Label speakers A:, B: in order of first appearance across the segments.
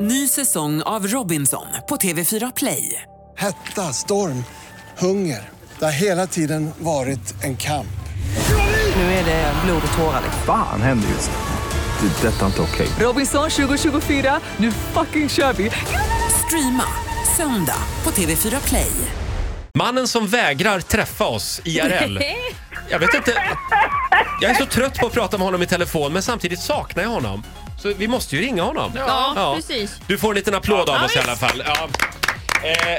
A: Ny säsong av Robinson på TV4 Play.
B: Hetta, storm, hunger. Det har hela tiden varit en kamp.
A: Nu är det blod och tårar. liksom.
C: Fan händer just nu. Det. är Detta är inte okej.
A: Robinson 2024, nu fucking kör vi! Streama söndag på TV4 Play.
D: Mannen som vägrar träffa oss IRL. Jag vet inte. Jag är så trött på att prata med honom i telefon men samtidigt saknar jag honom. Så vi måste ju ringa honom.
E: Ja, precis.
D: Du får en liten applåd av
E: Ja,
D: oss i alla fall. Ja. Eh,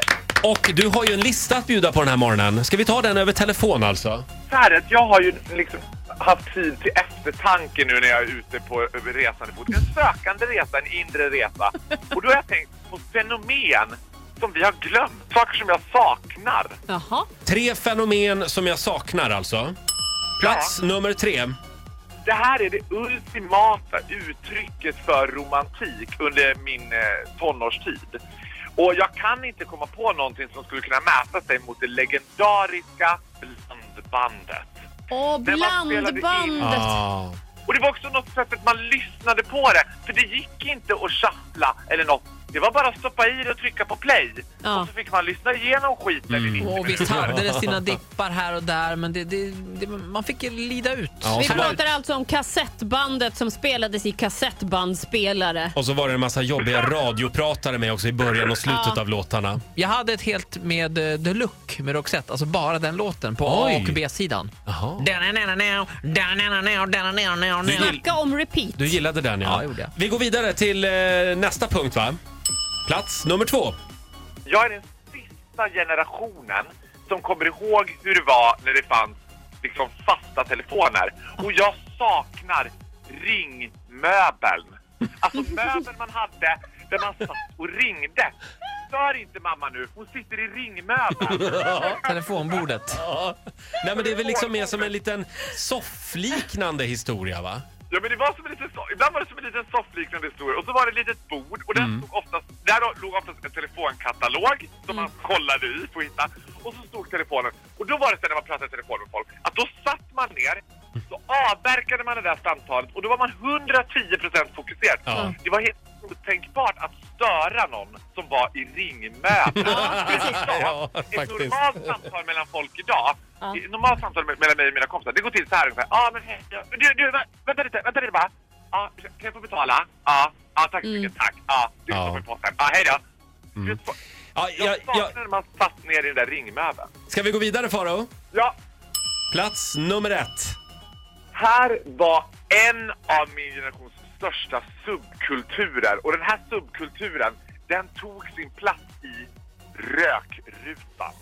D: och du har ju en lista att bjuda på den här morgonen. Ska vi ta den över telefon alltså?
F: så här att jag har ju liksom haft tid till eftertanke nu när jag är ute på över resande fot. En sökande resa, en inre resa. Och då har jag tänkt på fenomen som vi har glömt. Saker som jag saknar.
E: Jaha.
D: Tre fenomen som jag saknar alltså. Plats nummer tre.
F: Det här är det ultimata uttrycket för romantik under min eh, tonårstid. Och jag kan inte komma på någonting som skulle kunna mäta sig mot det legendariska blandbandet.
E: Åh,
F: När man spelade
E: blandbandet.
D: Ah.
F: Och det var också något sättet man lyssnade på det, för det gick inte att shuffla eller något. Det var bara att stoppa i det och trycka på play.
E: Ja.
F: Och så fick man lyssna igenom skiten i 90
G: Och visst hade det sina dippar här och där, men det, det, det, man fick ju lida ut.
D: Ja, och,
E: Vi
D: så var,
E: pratar alltså om kassettbandet som spelades i kassettbandspelare.
D: och så var det en massa jobbiga radiopratare med också i början och slutet av låtarna.
G: Jag hade ett helt med eh, Deluxe med Roxette, alltså bara den låten på
D: Oj.
G: A och B-sidan.
D: Jaha. Du gill-
E: Snacka om repeat.
D: Du gillade den ja.
G: Ja, det gjorde jag.
D: Vi går vidare till eh, nästa punkt va? Plats nummer två.
F: Jag är den sista generationen som kommer ihåg hur det var när det fanns liksom fasta telefoner. Och jag saknar ringmöbeln. Alltså möbeln man hade där man satt och ringde. Stör inte mamma nu, hon sitter i ringmöbeln.
G: Telefonbordet.
D: Ja. Nej men det är väl liksom mer som en liten soffliknande historia va?
F: Ja men det var som en liten soff, ibland var det som en liten soffliknande historia och så var det ett litet bord och
D: Mm.
F: där, stod oftast, där låg oftast en telefonkatalog som
D: Mm.
F: man kollade i för att hitta och så stod telefonen och då var det så när man pratade i telefon med folk att då satt man ner så avverkade man det där samtalet och då var man 110% fokuserad.
D: Ja.
F: Det var helt otänkbart att störa någon som var i ringmöte.
D: Ja,
F: Ett
D: faktiskt.
F: normalt samtal mellan folk idag, ett normalt samtal me- mellan mig och mina kompisar, det går till så här ungefär. Ja, men hej, ja, du, du, vä- vänta lite, vänta lite bara. Ja, kan jag få betala? Ja, ja tack så
D: Mm.
F: mycket, tack. Ja, du
D: Ja.
F: stoppar i påsen. Ja, hej då. Du,
D: Ja,
F: jag
D: ja, ja.
F: saknar när man satt ner i den där ringmöbeln.
D: Ska vi gå vidare Faro?
F: Ja,
D: Plats nummer ett.
F: här var en av min generations största subkulturer. Och den här subkulturen, den tog sin plats i rökrutan.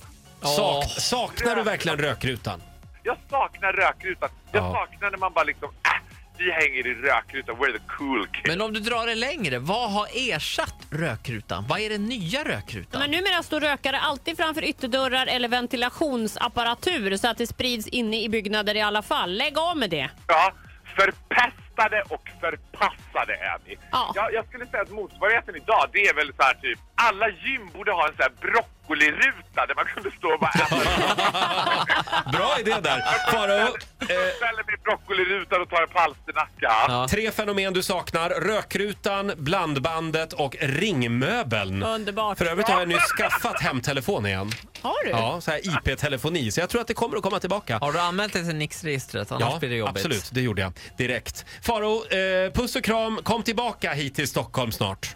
D: Sak, saknar du verkligen rökrutan?
F: Jag saknar rökrutan. Jag
D: Ja.
F: saknar när man bara liksom, äh, vi hänger i rökrutan, we're the cool kids.
G: Men om du drar det längre, vad har ersatt rökrutan? Vad är den nya rökrutan?
E: Men numera står rökare alltid framför ytterdörrar eller ventilationsapparatur så att det sprids inne i byggnader i alla fall. Lägg av med det.
F: Ja, förpestade och förpassade är vi.
E: Ja.
F: Jag, jag skulle säga att motsvarigheten idag, det är väl så här typ, alla gym borde ha en sån här broccoliruta där man kunde stå och bara äta.
D: Bra idé där. Faro, eh,
F: Jag ställer mig i broccolirutan och tar en palsternacka.
G: Ja.
D: tre fenomen du saknar. Rökrutan, blandbandet och ringmöbeln.
E: Underbart.
D: För övrigt har jag nyss skaffat hemtelefon igen.
E: Har du?
D: Ja, så här IP-telefoni. Så jag tror att det kommer att komma tillbaka.
G: Har du anmält dig till Nix-registret? Annars blir det jobbigt.
D: absolut. Det gjorde jag direkt. Faro, eh, puss och kram. Kom tillbaka hit till Stockholm snart.